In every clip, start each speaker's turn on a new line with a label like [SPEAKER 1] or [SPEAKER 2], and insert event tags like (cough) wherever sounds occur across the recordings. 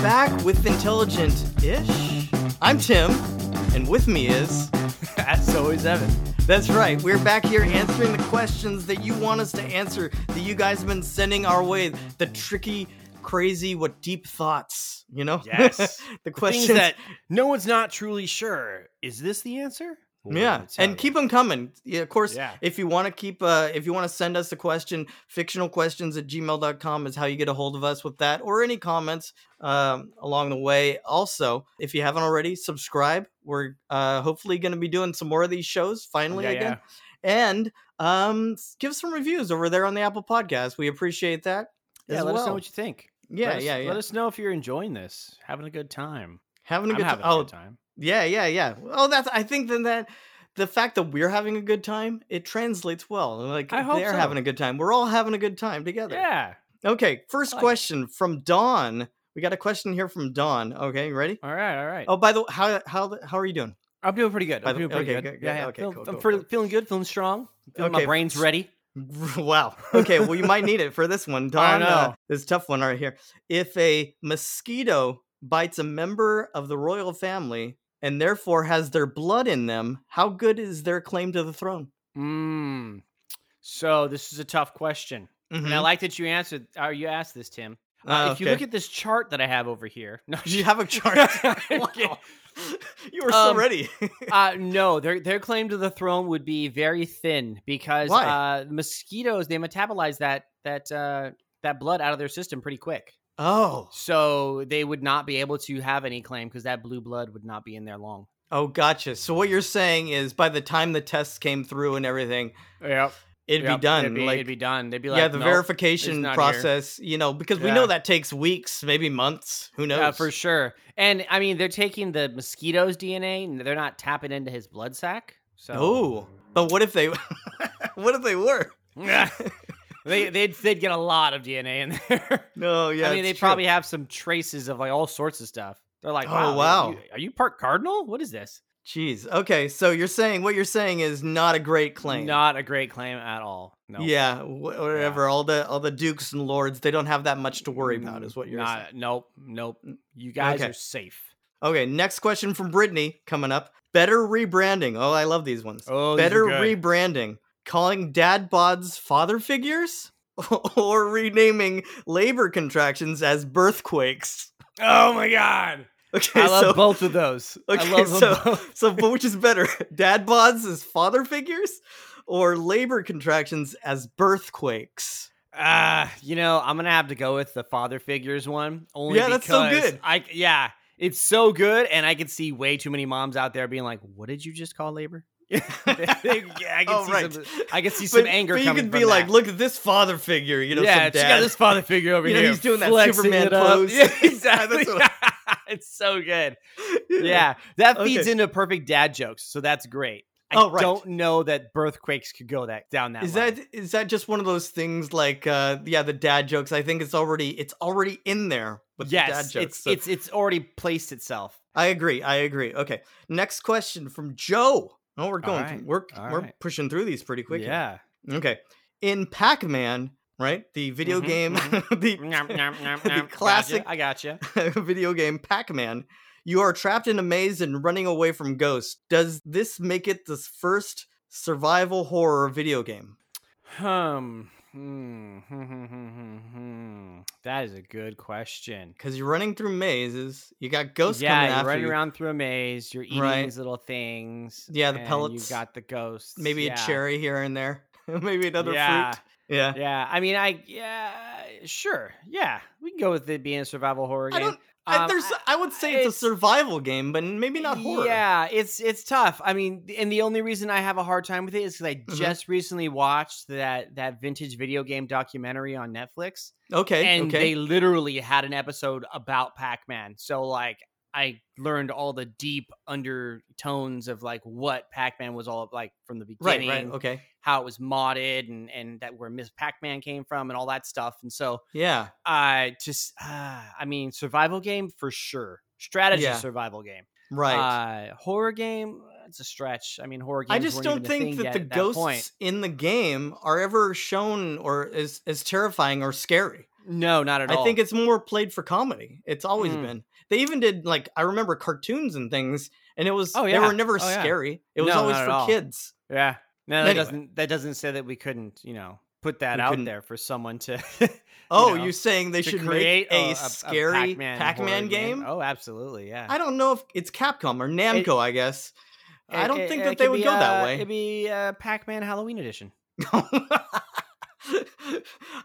[SPEAKER 1] back with Intelligent Ish. I'm Tim, and with me is, as always, Evan. That's right, we're back here answering the questions that you want us to answer, that you guys have been sending our way. The tricky, crazy, what deep thoughts, you know? (laughs)
[SPEAKER 2] Yes.
[SPEAKER 1] the
[SPEAKER 2] Things
[SPEAKER 1] questions
[SPEAKER 2] that no one's not truly sure. Is this the answer? Well,
[SPEAKER 1] yeah,
[SPEAKER 2] it's
[SPEAKER 1] and
[SPEAKER 2] not.
[SPEAKER 1] keep them coming. Yeah, of course,
[SPEAKER 2] Yeah.
[SPEAKER 1] if you want to keep, uh, if you want to send us a question, fictional questions at gmail.com is how you get a hold of us with that or any comments um, along the way. Also, if you haven't already, subscribe. We're uh, hopefully going to be doing some more of these shows finally
[SPEAKER 2] Oh, Yeah,
[SPEAKER 1] again. And um, s- give some reviews over there on the Apple podcast. We appreciate that.
[SPEAKER 2] Yeah,
[SPEAKER 1] as
[SPEAKER 2] let us know
[SPEAKER 1] well.
[SPEAKER 2] what you think.
[SPEAKER 1] yeah,
[SPEAKER 2] let us,
[SPEAKER 1] yeah, yeah.
[SPEAKER 2] Let us know if you're enjoying this, having a good time.
[SPEAKER 1] having a
[SPEAKER 2] I'm
[SPEAKER 1] good time.
[SPEAKER 2] having a
[SPEAKER 1] Oh,
[SPEAKER 2] good time.
[SPEAKER 1] Yeah, yeah, yeah. Oh, that's. I think then that the fact that we're having a good time it translates well. Like
[SPEAKER 2] I hope
[SPEAKER 1] they're
[SPEAKER 2] so.
[SPEAKER 1] having a good time. We're all having a good time together.
[SPEAKER 2] Yeah.
[SPEAKER 1] Okay. First
[SPEAKER 2] I like it.
[SPEAKER 1] question from Dawn. We got a question here from Dawn. Okay, you ready?
[SPEAKER 2] All right. All right.
[SPEAKER 1] Oh, by the way, how how the- how are you doing? (laughs)
[SPEAKER 2] I'm doing pretty good.
[SPEAKER 1] by
[SPEAKER 2] I'm
[SPEAKER 1] the-
[SPEAKER 2] doing pretty
[SPEAKER 1] okay,
[SPEAKER 2] good.
[SPEAKER 1] good, good.
[SPEAKER 2] Yeah, yeah.
[SPEAKER 1] Okay,
[SPEAKER 2] Feel-
[SPEAKER 1] cool,
[SPEAKER 2] I'm
[SPEAKER 1] cool,
[SPEAKER 2] pretty-
[SPEAKER 1] cool.
[SPEAKER 2] feeling good, feeling strong. Feeling
[SPEAKER 1] Okay,
[SPEAKER 2] my brain's ready.
[SPEAKER 1] Wow. Okay. Well, you might need it for this
[SPEAKER 2] (laughs)
[SPEAKER 1] one, Dawn. Uh,
[SPEAKER 2] know.
[SPEAKER 1] this is a tough one right here. If a mosquito bites a member of the royal family and therefore has their blood in them, how good is their claim to the throne?
[SPEAKER 2] Mm. So this is a tough question, and I
[SPEAKER 1] Mhm.
[SPEAKER 2] like that you answered. Or you asked this, Tim.
[SPEAKER 1] Uh,
[SPEAKER 2] if you look
[SPEAKER 1] okay.
[SPEAKER 2] at this chart that I have over here, (laughs) no,
[SPEAKER 1] you have a chart.
[SPEAKER 2] (laughs)
[SPEAKER 1] (laughs) Wow.
[SPEAKER 2] wow.
[SPEAKER 1] you were so
[SPEAKER 2] Um,
[SPEAKER 1] ready. (laughs)
[SPEAKER 2] uh, no, their their claim to the throne would be very thin because
[SPEAKER 1] Why?
[SPEAKER 2] uh, mosquitoes they metabolize that that uh, that blood out of their system pretty quick,
[SPEAKER 1] oh,
[SPEAKER 2] so they would not be able to have any claim because that blue blood would not be in there long.
[SPEAKER 1] oh, gotcha. So what you're saying is, by the time the tests came through and everything,
[SPEAKER 2] Yeah,
[SPEAKER 1] it'd be done.
[SPEAKER 2] It'd be,
[SPEAKER 1] like,
[SPEAKER 2] it'd be done. They'd be like,
[SPEAKER 1] yeah, the
[SPEAKER 2] "Nope,
[SPEAKER 1] verification
[SPEAKER 2] not here."
[SPEAKER 1] process. You know, because we
[SPEAKER 2] Yeah.
[SPEAKER 1] know that takes weeks, maybe months. Who knows?
[SPEAKER 2] Yeah, for sure. And I mean, they're taking the mosquito's DNA. and They're not tapping into his blood sac. So
[SPEAKER 1] Oh, but what if they? (laughs) what if they were?
[SPEAKER 2] Yeah. (laughs)
[SPEAKER 1] (laughs)
[SPEAKER 2] they they'd, they'd get a lot of DNA in there.
[SPEAKER 1] No, yeah.
[SPEAKER 2] I mean, they
[SPEAKER 1] it's true.
[SPEAKER 2] probably have some traces of like all sorts of stuff. They're like,
[SPEAKER 1] Oh,
[SPEAKER 2] wow,
[SPEAKER 1] wow.
[SPEAKER 2] Are, you, are you part cardinal? What is this?
[SPEAKER 1] Jeez. Okay, so you're saying what you're saying is not a great claim.
[SPEAKER 2] Not a great claim at all. No.
[SPEAKER 1] Yeah, wh- whatever. All the all the dukes and lords, they don't have that much to worry about, is what you're saying.
[SPEAKER 2] Mm, Not, nope, nope. You guys
[SPEAKER 1] Okay.
[SPEAKER 2] are safe.
[SPEAKER 1] Okay, next question from Brittany coming up. Better rebranding. Oh, I love these ones.
[SPEAKER 2] Oh, these are
[SPEAKER 1] Better
[SPEAKER 2] good.
[SPEAKER 1] rebranding. Calling dad bods father figures (laughs) or renaming labor contractions as birthquakes. (laughs)
[SPEAKER 2] Oh my god!
[SPEAKER 1] Okay,
[SPEAKER 2] I love
[SPEAKER 1] so,
[SPEAKER 2] both of those.
[SPEAKER 1] Okay,
[SPEAKER 2] I love them
[SPEAKER 1] so-
[SPEAKER 2] both.
[SPEAKER 1] so but which is better? (laughs) Dad bods as father figures or labor contractions as birthquakes?
[SPEAKER 2] Uh, you know, I'm gonna have to go with the father figures one. Only
[SPEAKER 1] Yeah, that's so
[SPEAKER 2] because
[SPEAKER 1] good.
[SPEAKER 2] I yeah, it's so good, and I could see way too many moms out there being like, "What did you just
[SPEAKER 1] (laughs)
[SPEAKER 2] call labor?" (laughs) yeah, I can
[SPEAKER 1] Oh,
[SPEAKER 2] see
[SPEAKER 1] right.
[SPEAKER 2] some. I can see some
[SPEAKER 1] But-
[SPEAKER 2] anger.
[SPEAKER 1] But you
[SPEAKER 2] coming
[SPEAKER 1] could
[SPEAKER 2] from
[SPEAKER 1] be like,
[SPEAKER 2] that.
[SPEAKER 1] look at this father figure, you know,
[SPEAKER 2] yeah,
[SPEAKER 1] some
[SPEAKER 2] check
[SPEAKER 1] dad.
[SPEAKER 2] out this father figure
[SPEAKER 1] (laughs)
[SPEAKER 2] over
[SPEAKER 1] You know,
[SPEAKER 2] here.
[SPEAKER 1] he's doing that
[SPEAKER 2] flexing
[SPEAKER 1] Superman
[SPEAKER 2] it
[SPEAKER 1] (laughs)
[SPEAKER 2] up.
[SPEAKER 1] pose.
[SPEAKER 2] Yeah,
[SPEAKER 1] Yeah, that's
[SPEAKER 2] exactly.
[SPEAKER 1] what-
[SPEAKER 2] (laughs) it's
[SPEAKER 1] (laughs)
[SPEAKER 2] so good. (laughs) Yeah, that feeds
[SPEAKER 1] Okay.
[SPEAKER 2] into perfect dad jokes, so that's great. I
[SPEAKER 1] Oh, right.
[SPEAKER 2] don't know that birthquakes could go that down that.
[SPEAKER 1] is
[SPEAKER 2] line.
[SPEAKER 1] that is that just one of those things like uh yeah the dad jokes i think it's already it's already in there with the dad
[SPEAKER 2] yes?
[SPEAKER 1] jokes
[SPEAKER 2] It's
[SPEAKER 1] so
[SPEAKER 2] it's it's already placed itself.
[SPEAKER 1] i agree i agree okay next question from joe oh we're going
[SPEAKER 2] right,
[SPEAKER 1] we're
[SPEAKER 2] all
[SPEAKER 1] we're
[SPEAKER 2] right.
[SPEAKER 1] pushing through these pretty quick here.
[SPEAKER 2] Yeah.
[SPEAKER 1] (laughs) okay in pac-man right the video
[SPEAKER 2] Mhm,
[SPEAKER 1] game
[SPEAKER 2] Nom,
[SPEAKER 1] (laughs) the
[SPEAKER 2] nom, nom,
[SPEAKER 1] The
[SPEAKER 2] nom. Gotcha.
[SPEAKER 1] classic-
[SPEAKER 2] I gotcha.
[SPEAKER 1] (laughs) video game pac-man you are trapped in a maze and running away from ghosts does this make it the first survival horror video game
[SPEAKER 2] Um, hmm, hmm, hmm, hmm, hmm, hmm. That is a good question.
[SPEAKER 1] because you're running through mazes you got ghosts coming
[SPEAKER 2] yeah, you're
[SPEAKER 1] after
[SPEAKER 2] running
[SPEAKER 1] you
[SPEAKER 2] around through a maze. You're eating
[SPEAKER 1] Right.
[SPEAKER 2] these little things.
[SPEAKER 1] Yeah, the
[SPEAKER 2] and
[SPEAKER 1] pellets.
[SPEAKER 2] You got the ghosts.
[SPEAKER 1] maybe
[SPEAKER 2] yeah.
[SPEAKER 1] a cherry here and there, (laughs) maybe another
[SPEAKER 2] yeah.
[SPEAKER 1] fruit. Yeah.
[SPEAKER 2] Yeah. I mean, I yeah, sure. Yeah, we can go with it being a survival horror
[SPEAKER 1] I
[SPEAKER 2] game.
[SPEAKER 1] don't. I,
[SPEAKER 2] Um,
[SPEAKER 1] there's.
[SPEAKER 2] I-
[SPEAKER 1] I would say it's,
[SPEAKER 2] it's-
[SPEAKER 1] a survival game, but maybe not horror.
[SPEAKER 2] Yeah, it's it's tough. I mean, th- and the only reason I have a hard time with it is because I
[SPEAKER 1] Mhm.
[SPEAKER 2] just recently watched that that vintage video game documentary on Netflix,
[SPEAKER 1] Okay.
[SPEAKER 2] and
[SPEAKER 1] okay.
[SPEAKER 2] they literally had an episode about Pac-Man. So like, I learned all the deep undertones of like what Pac-Man was all like from the
[SPEAKER 1] right.
[SPEAKER 2] beginning,
[SPEAKER 1] Right. Okay.
[SPEAKER 2] how it was modded, and and that where Miss Pac-Man came from, and all that stuff. And so
[SPEAKER 1] Yeah.
[SPEAKER 2] I just, uh, I mean, survival game for sure, strategy
[SPEAKER 1] Yeah.
[SPEAKER 2] survival game.
[SPEAKER 1] Right.
[SPEAKER 2] Uh, horror game, it's a stretch. I mean, horror games.
[SPEAKER 1] I just
[SPEAKER 2] weren't
[SPEAKER 1] don't
[SPEAKER 2] even a
[SPEAKER 1] think
[SPEAKER 2] thing
[SPEAKER 1] that
[SPEAKER 2] yet
[SPEAKER 1] the
[SPEAKER 2] at that point.
[SPEAKER 1] ghosts in the game are ever shown or as as terrifying or scary.
[SPEAKER 2] No, not at all.
[SPEAKER 1] I think it's more played for comedy. It's always
[SPEAKER 2] Mm.
[SPEAKER 1] been. They even did like I remember cartoons and things, and it was
[SPEAKER 2] Oh,
[SPEAKER 1] they
[SPEAKER 2] yeah.
[SPEAKER 1] were never
[SPEAKER 2] Oh, yeah.
[SPEAKER 1] scary. It was
[SPEAKER 2] No,
[SPEAKER 1] always
[SPEAKER 2] not at
[SPEAKER 1] for
[SPEAKER 2] all.
[SPEAKER 1] kids.
[SPEAKER 2] yeah. No, that
[SPEAKER 1] Anyway.
[SPEAKER 2] doesn't that doesn't say that we couldn't, you know, put that
[SPEAKER 1] We
[SPEAKER 2] out
[SPEAKER 1] couldn't-
[SPEAKER 2] there for someone to (laughs)
[SPEAKER 1] Oh,
[SPEAKER 2] know,
[SPEAKER 1] you saying they
[SPEAKER 2] to
[SPEAKER 1] should
[SPEAKER 2] create
[SPEAKER 1] make a,
[SPEAKER 2] a,
[SPEAKER 1] scary Pac-Man,
[SPEAKER 2] horror
[SPEAKER 1] game?
[SPEAKER 2] Oh, absolutely, yeah.
[SPEAKER 1] I don't know if it's Capcom or Namco. I guess I
[SPEAKER 2] It-
[SPEAKER 1] don't
[SPEAKER 2] it-
[SPEAKER 1] think
[SPEAKER 2] it
[SPEAKER 1] that they
[SPEAKER 2] could
[SPEAKER 1] would
[SPEAKER 2] be,
[SPEAKER 1] go that
[SPEAKER 2] uh,
[SPEAKER 1] way.
[SPEAKER 2] It'd be uh, Pac-Man Halloween edition.
[SPEAKER 1] (laughs)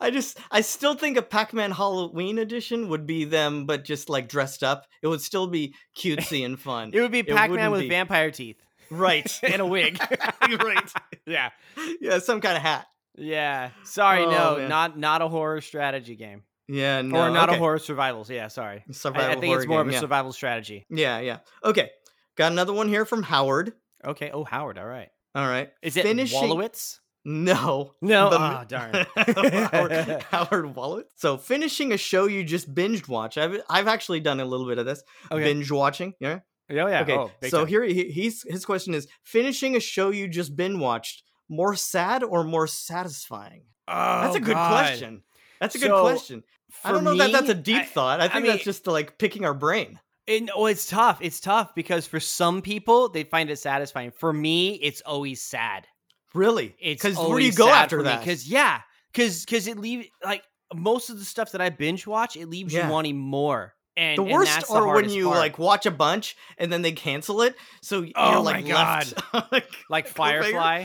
[SPEAKER 1] I just, I still think a Pac-Man Halloween edition would be them, but just like dressed up. It would still be cutesy and fun,
[SPEAKER 2] (laughs) It would be Pac-Man
[SPEAKER 1] wouldn't
[SPEAKER 2] with
[SPEAKER 1] be.
[SPEAKER 2] vampire teeth (laughs)
[SPEAKER 1] right?
[SPEAKER 2] and a (laughs) wig.
[SPEAKER 1] (laughs) right?
[SPEAKER 2] yeah,
[SPEAKER 1] (laughs) Yeah, some kind of hat.
[SPEAKER 2] yeah. Sorry,
[SPEAKER 1] Oh,
[SPEAKER 2] no,
[SPEAKER 1] man.
[SPEAKER 2] not not a horror strategy game,
[SPEAKER 1] Yeah, no,
[SPEAKER 2] or not
[SPEAKER 1] okay.
[SPEAKER 2] a horror survival. Yeah, sorry.
[SPEAKER 1] Survival
[SPEAKER 2] I, I think it's
[SPEAKER 1] horror
[SPEAKER 2] more of
[SPEAKER 1] game,
[SPEAKER 2] a
[SPEAKER 1] yeah.
[SPEAKER 2] survival strategy.
[SPEAKER 1] Yeah, yeah. Okay, got another one here from Howard.
[SPEAKER 2] Okay. Oh, Howard. All right.
[SPEAKER 1] All right,
[SPEAKER 2] Is it
[SPEAKER 1] Finishing-
[SPEAKER 2] Wallowitz?
[SPEAKER 1] no,
[SPEAKER 2] No.
[SPEAKER 1] The-
[SPEAKER 2] Ah, darn.
[SPEAKER 1] (laughs) Howard, Howard Wallet. So finishing a show you just binged watch. I've I've actually done a little bit of this
[SPEAKER 2] okay.
[SPEAKER 1] binge watching. Yeah.
[SPEAKER 2] Oh, yeah.
[SPEAKER 1] okay.
[SPEAKER 2] Oh, big
[SPEAKER 1] so
[SPEAKER 2] time.
[SPEAKER 1] here he, he's his question is finishing a show you just binge watched more sad or more satisfying. that's
[SPEAKER 2] Oh,
[SPEAKER 1] a good
[SPEAKER 2] God.
[SPEAKER 1] question. That's a good
[SPEAKER 2] So,
[SPEAKER 1] question. I
[SPEAKER 2] For
[SPEAKER 1] don't know that that's a
[SPEAKER 2] me,
[SPEAKER 1] deep
[SPEAKER 2] I-
[SPEAKER 1] thought. I think that's
[SPEAKER 2] mean-
[SPEAKER 1] just like picking our brain.
[SPEAKER 2] It, oh, it's tough. It's tough because for some people they find it satisfying. For me, it's always sad.
[SPEAKER 1] Really?
[SPEAKER 2] It's
[SPEAKER 1] Because
[SPEAKER 2] because
[SPEAKER 1] where do you go after that?
[SPEAKER 2] Because yeah, because because it leaves like most of the stuff that I binge watch, it leaves
[SPEAKER 1] Yeah.
[SPEAKER 2] you wanting more. And
[SPEAKER 1] the
[SPEAKER 2] and
[SPEAKER 1] worst
[SPEAKER 2] that's the
[SPEAKER 1] are when
[SPEAKER 2] hardest
[SPEAKER 1] you
[SPEAKER 2] part.
[SPEAKER 1] like watch a bunch and then they cancel it, so y- you're
[SPEAKER 2] Oh
[SPEAKER 1] like
[SPEAKER 2] my
[SPEAKER 1] left (laughs) like,
[SPEAKER 2] like
[SPEAKER 1] cliffhanger
[SPEAKER 2] Firefly,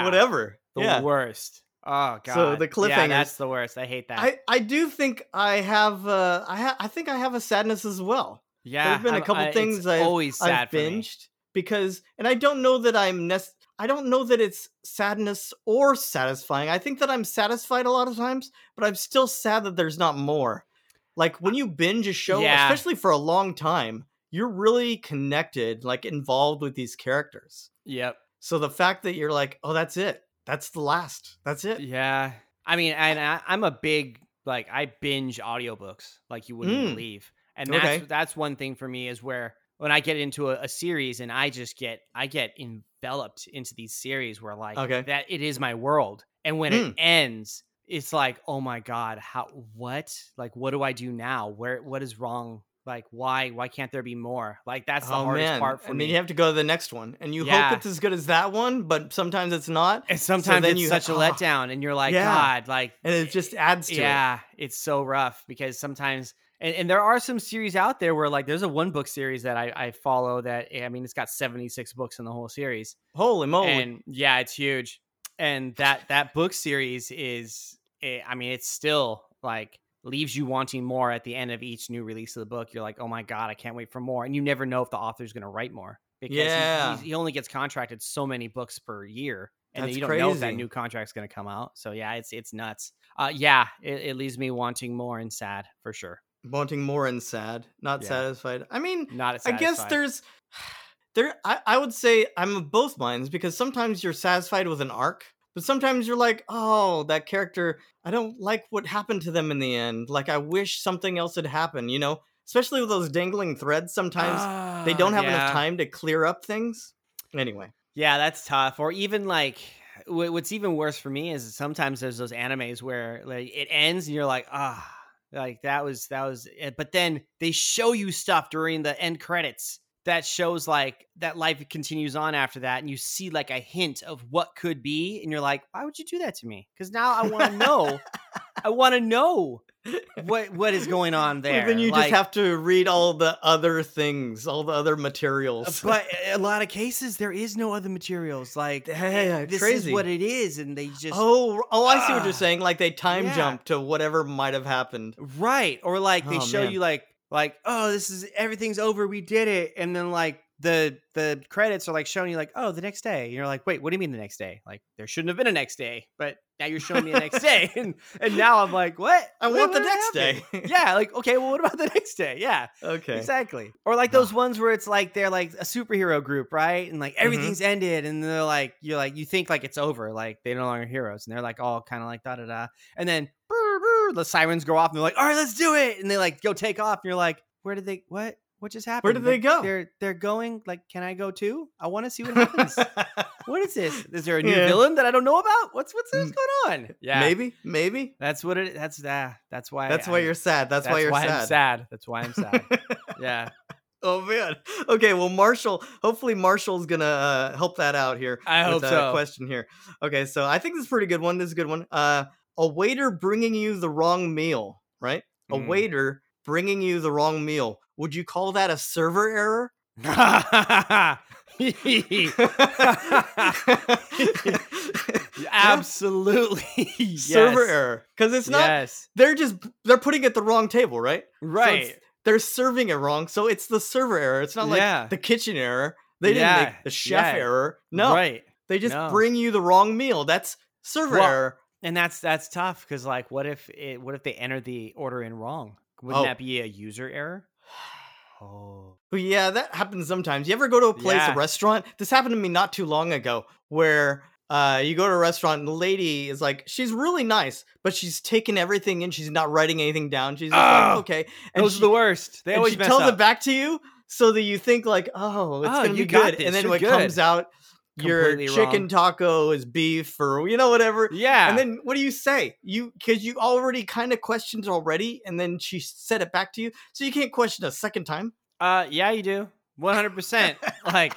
[SPEAKER 1] (laughs) or whatever.
[SPEAKER 2] the
[SPEAKER 1] yeah.
[SPEAKER 2] worst. Oh god,
[SPEAKER 1] So the
[SPEAKER 2] yeah,
[SPEAKER 1] cliffhangers-
[SPEAKER 2] that's the worst. I hate that.
[SPEAKER 1] I, I do think I have uh I ha- I think I have a sadness as well.
[SPEAKER 2] yeah,
[SPEAKER 1] been a
[SPEAKER 2] I'm-
[SPEAKER 1] couple
[SPEAKER 2] I- it's
[SPEAKER 1] things I've-
[SPEAKER 2] always sad
[SPEAKER 1] I've
[SPEAKER 2] for me.
[SPEAKER 1] binged because, and I don't know that I'm nec- I don't know that it's sadness or satisfying. I think that I'm satisfied a lot of times, but I'm still sad that there's not more. Like when you binge a show,
[SPEAKER 2] Yeah.
[SPEAKER 1] especially for a long time, you're really connected, like involved with these characters.
[SPEAKER 2] Yep.
[SPEAKER 1] So the fact that you're like, oh, that's it, that's the last, that's it.
[SPEAKER 2] Yeah. I mean, and I, I'm a big like I binge audiobooks like you wouldn't
[SPEAKER 1] Mm.
[SPEAKER 2] believe. And
[SPEAKER 1] Okay.
[SPEAKER 2] that's that's one thing for me is where when I get into a, a series and I just get I get enveloped into these series where like
[SPEAKER 1] Okay. Hmm.
[SPEAKER 2] that it is my world. And when it ends, it's like, oh my God, how what? Like what do I do now? Where what is wrong? Like why why can't there be more? Like that's the
[SPEAKER 1] oh
[SPEAKER 2] hardest
[SPEAKER 1] man!
[SPEAKER 2] part for
[SPEAKER 1] and
[SPEAKER 2] me.
[SPEAKER 1] then you have to go to the next one, and you
[SPEAKER 2] Yeah.
[SPEAKER 1] hope it's as good as that one, but sometimes it's not,
[SPEAKER 2] and sometimes
[SPEAKER 1] then
[SPEAKER 2] it's
[SPEAKER 1] you ha-
[SPEAKER 2] such a
[SPEAKER 1] ah.
[SPEAKER 2] letdown and you're like,
[SPEAKER 1] Yeah.
[SPEAKER 2] God, like
[SPEAKER 1] and it just adds to it.
[SPEAKER 2] yeah, it's so rough because sometimes, and, and there are some series out there where like there's a one book series that I, I follow that I mean it's got 76 books in the whole series,
[SPEAKER 1] Holy moly!
[SPEAKER 2] and yeah, it's huge. And that that book series is, eh, I mean, it's still like leaves you wanting more at the end of each new release of the book. You're like, oh my god, I can't wait for more, and you never know if the author's going to write more because he's-
[SPEAKER 1] Yeah.
[SPEAKER 2] he's, he only gets contracted so many books per year and then
[SPEAKER 1] That's
[SPEAKER 2] you don't know if that
[SPEAKER 1] crazy.
[SPEAKER 2] new contract's going to come out. So yeah, it's it's nuts. Uh, yeah, it, it leaves me wanting more and sad for sure.
[SPEAKER 1] wanting more and sad, not
[SPEAKER 2] Yeah.
[SPEAKER 1] satisfied. I mean,
[SPEAKER 2] Not.
[SPEAKER 1] I guess
[SPEAKER 2] satisfied.
[SPEAKER 1] there's there. I, I would say I'm of both minds because sometimes you're satisfied with an arc, but sometimes you're like, oh, that character. I don't like what happened to them in the end. Like I wish something else had happened. You know, especially with those dangling threads. Sometimes they don't
[SPEAKER 2] Ah,
[SPEAKER 1] have
[SPEAKER 2] yeah.
[SPEAKER 1] enough time to clear up things. Anyway,
[SPEAKER 2] Yeah, that's tough. Or even like, wh- what's even worse for me is sometimes there's those animes where like it ends and you're like, ah, like that was that was. It. But then they show you stuff during the end credits that shows like that life continues on after that, and you see like a hint of what could be, and you're like, why would you do that to me? Because now I want to know. I want to know what what is going
[SPEAKER 1] (laughs)
[SPEAKER 2] on
[SPEAKER 1] Well,
[SPEAKER 2] there.
[SPEAKER 1] then you
[SPEAKER 2] Like,
[SPEAKER 1] just have to read all the other things, all the other (laughs) materials.
[SPEAKER 2] Uh, but a lot of cases there is no other materials like
[SPEAKER 1] Yeah, yeah, it's
[SPEAKER 2] this
[SPEAKER 1] crazy.
[SPEAKER 2] is what it is and they just
[SPEAKER 1] oh, oh, I see what you're
[SPEAKER 2] Ah,
[SPEAKER 1] saying. Like they time
[SPEAKER 2] yeah.
[SPEAKER 1] jump to whatever might have happened.
[SPEAKER 2] Right. Or like they
[SPEAKER 1] Oh,
[SPEAKER 2] show
[SPEAKER 1] man.
[SPEAKER 2] you like like oh this is everything's over we did it and then like the the credits are like showing you like oh the next day and you're like wait what do you mean the next day like there shouldn't have been a next day but now you're showing me the next day (laughs) and and now I'm like what
[SPEAKER 1] I
[SPEAKER 2] What-
[SPEAKER 1] want the
[SPEAKER 2] what
[SPEAKER 1] next
[SPEAKER 2] happened?
[SPEAKER 1] day. (laughs)
[SPEAKER 2] yeah like okay well what about the next day yeah
[SPEAKER 1] Okay.
[SPEAKER 2] exactly or like those ones where it's like they're like a superhero group right and like
[SPEAKER 1] Mm-hmm.
[SPEAKER 2] everything's ended and they're like you're like you think like it's over like they're no longer heroes and they're like all kind of like da da da and then brr, brr, the sirens go off and they're like all right let's do it and they like go take off and you're like where did they what What just happened?
[SPEAKER 1] Where did they
[SPEAKER 2] They're-
[SPEAKER 1] go?
[SPEAKER 2] They're they're going. Like, can I go too? I want to see what
[SPEAKER 1] (laughs)
[SPEAKER 2] happens. what is this? Is there a new
[SPEAKER 1] Yeah.
[SPEAKER 2] villain that I don't know about? What's what's, what's
[SPEAKER 1] Mm.
[SPEAKER 2] going on? Yeah,
[SPEAKER 1] Maybe, maybe.
[SPEAKER 2] that's what it. That's that. that's why.
[SPEAKER 1] That's why
[SPEAKER 2] I'm-
[SPEAKER 1] you're sad. That's,
[SPEAKER 2] That's,
[SPEAKER 1] why you're
[SPEAKER 2] I'm sad. That's why I'm
[SPEAKER 1] (laughs)
[SPEAKER 2] sad. yeah,
[SPEAKER 1] oh man. Okay. Well, Marshall. Hopefully, Marshall's gonna uh, help that out here.
[SPEAKER 2] I hope
[SPEAKER 1] with a
[SPEAKER 2] so.
[SPEAKER 1] question here. Okay, so I think this is a pretty good one. This is a good one. Uh, a waiter bringing you the wrong meal, right? A
[SPEAKER 2] Mm.
[SPEAKER 1] waiter bringing you the wrong meal. Would you call that a server error?
[SPEAKER 2] (laughs) Absolutely.
[SPEAKER 1] (laughs)
[SPEAKER 2] yes.
[SPEAKER 1] Server error. Because it's not,
[SPEAKER 2] Yes.
[SPEAKER 1] they're just, they're putting it at the wrong table, right?
[SPEAKER 2] Right.
[SPEAKER 1] They're serving it wrong. So it's the server error. It's not like
[SPEAKER 2] Yeah.
[SPEAKER 1] the kitchen error. They didn't
[SPEAKER 2] Yeah,
[SPEAKER 1] make the chef
[SPEAKER 2] yeah.
[SPEAKER 1] error. No,
[SPEAKER 2] Right.
[SPEAKER 1] they just
[SPEAKER 2] no.
[SPEAKER 1] bring you the wrong meal. That's server
[SPEAKER 2] Well,
[SPEAKER 1] error.
[SPEAKER 2] And that's that's tough because like, what if it? What if they enter the order in wrong? Wouldn't
[SPEAKER 1] Oh.
[SPEAKER 2] that be a
[SPEAKER 1] (sighs)
[SPEAKER 2] user error? Oh.
[SPEAKER 1] Well, Yeah, that happens sometimes. You ever go to a place,
[SPEAKER 2] Yeah.
[SPEAKER 1] a restaurant? This happened to me not too long ago, where uh, you go to a restaurant and the lady is like, she's really nice, but she's taking everything in. She's not writing anything down. She's just like,
[SPEAKER 2] Ugh.
[SPEAKER 1] okay. And
[SPEAKER 2] Those
[SPEAKER 1] she,
[SPEAKER 2] are the worst. They
[SPEAKER 1] and
[SPEAKER 2] always
[SPEAKER 1] she
[SPEAKER 2] mess
[SPEAKER 1] tells
[SPEAKER 2] up.
[SPEAKER 1] it back to you so that you think like, oh, it's
[SPEAKER 2] Oh,
[SPEAKER 1] gonna be
[SPEAKER 2] you got
[SPEAKER 1] good.
[SPEAKER 2] this,
[SPEAKER 1] And then
[SPEAKER 2] you're
[SPEAKER 1] what comes
[SPEAKER 2] good.
[SPEAKER 1] out, your
[SPEAKER 2] Completely
[SPEAKER 1] chicken
[SPEAKER 2] wrong.
[SPEAKER 1] taco is beef or you know whatever.
[SPEAKER 2] Yeah.
[SPEAKER 1] And then what do you say? You because you already kind of questioned already, and then she said it back to you, so you can't question a second time.
[SPEAKER 2] uh, yeah, you do. One
[SPEAKER 1] (laughs)
[SPEAKER 2] hundred percent. Like,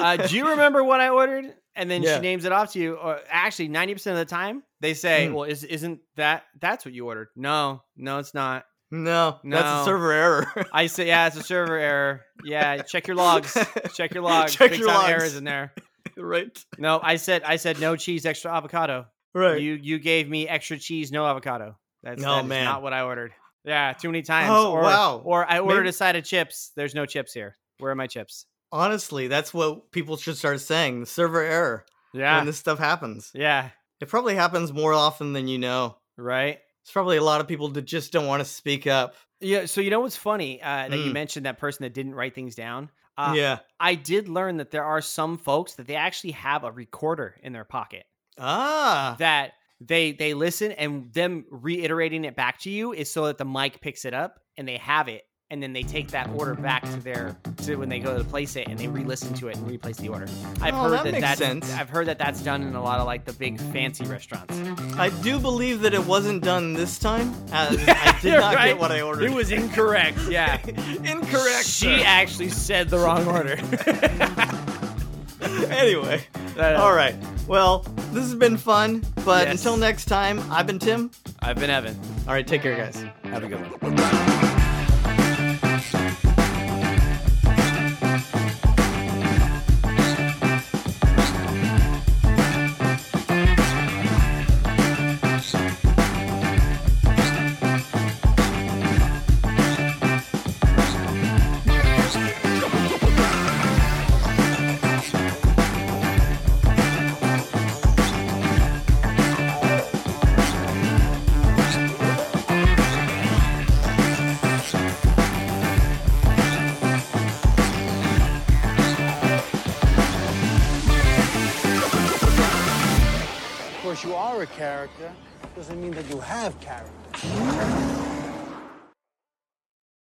[SPEAKER 2] uh, do you remember what I ordered? And then
[SPEAKER 1] Yeah.
[SPEAKER 2] she names it off to you. Or actually, ninety percent of the time, they say,
[SPEAKER 1] Mm.
[SPEAKER 2] "Well, is, isn't that that's what you ordered?" No, no, it's not.
[SPEAKER 1] No, that's a
[SPEAKER 2] No.
[SPEAKER 1] server error. (laughs)
[SPEAKER 2] I say, "Yeah, it's a server error." Yeah, check your logs. Check your logs.
[SPEAKER 1] Check
[SPEAKER 2] Big
[SPEAKER 1] your
[SPEAKER 2] time
[SPEAKER 1] logs.
[SPEAKER 2] errors in there.
[SPEAKER 1] right.
[SPEAKER 2] No, I said, I said no cheese, extra avocado. You you gave me extra cheese, no avocado. That's,
[SPEAKER 1] No,
[SPEAKER 2] that is
[SPEAKER 1] man.
[SPEAKER 2] not what I ordered. Yeah, too many times.
[SPEAKER 1] Oh,
[SPEAKER 2] or,
[SPEAKER 1] wow.
[SPEAKER 2] Or I ordered
[SPEAKER 1] Maybe-
[SPEAKER 2] a side of chips. There's no chips here. Where are my chips?
[SPEAKER 1] Honestly, that's what people should start saying. The server error
[SPEAKER 2] Yeah,
[SPEAKER 1] when this stuff happens.
[SPEAKER 2] yeah,
[SPEAKER 1] It probably happens more often than you know.
[SPEAKER 2] right.
[SPEAKER 1] It's probably a lot of people that just don't want to speak up.
[SPEAKER 2] Yeah. So you know what's funny uh, that you
[SPEAKER 1] Mm.
[SPEAKER 2] mentioned that person that didn't write things down. Uh,
[SPEAKER 1] yeah.
[SPEAKER 2] I did learn that there are some folks that they actually have a recorder in their pocket
[SPEAKER 1] Ah.
[SPEAKER 2] that they they listen and them reiterating it back to you is so that the mic picks it up and they have it and then they take that order back to their to when they go to place it and they re-listen to it and replace the order. I've
[SPEAKER 1] Oh,
[SPEAKER 2] heard
[SPEAKER 1] that
[SPEAKER 2] that,
[SPEAKER 1] makes
[SPEAKER 2] that's
[SPEAKER 1] sense.
[SPEAKER 2] I've heard that that's done in a lot of like the big fancy restaurants.
[SPEAKER 1] I do believe that it wasn't done this time.
[SPEAKER 2] (laughs)
[SPEAKER 1] Uh, I did
[SPEAKER 2] You're
[SPEAKER 1] not
[SPEAKER 2] right.
[SPEAKER 1] get what I ordered.
[SPEAKER 2] It was incorrect. Yeah.
[SPEAKER 1] (laughs) incorrect.
[SPEAKER 2] She
[SPEAKER 1] sir.
[SPEAKER 2] actually said the
[SPEAKER 1] (laughs)
[SPEAKER 2] wrong order.
[SPEAKER 1] (laughs) anyway. All right. Well, this has been fun, but
[SPEAKER 2] Uh, Yes.
[SPEAKER 1] until next time, I've been Tim.
[SPEAKER 2] I've been Evan.
[SPEAKER 1] All right, take care, guys.
[SPEAKER 2] Have a good one.
[SPEAKER 3] Of course, you are a character. Doesn't mean that you have character.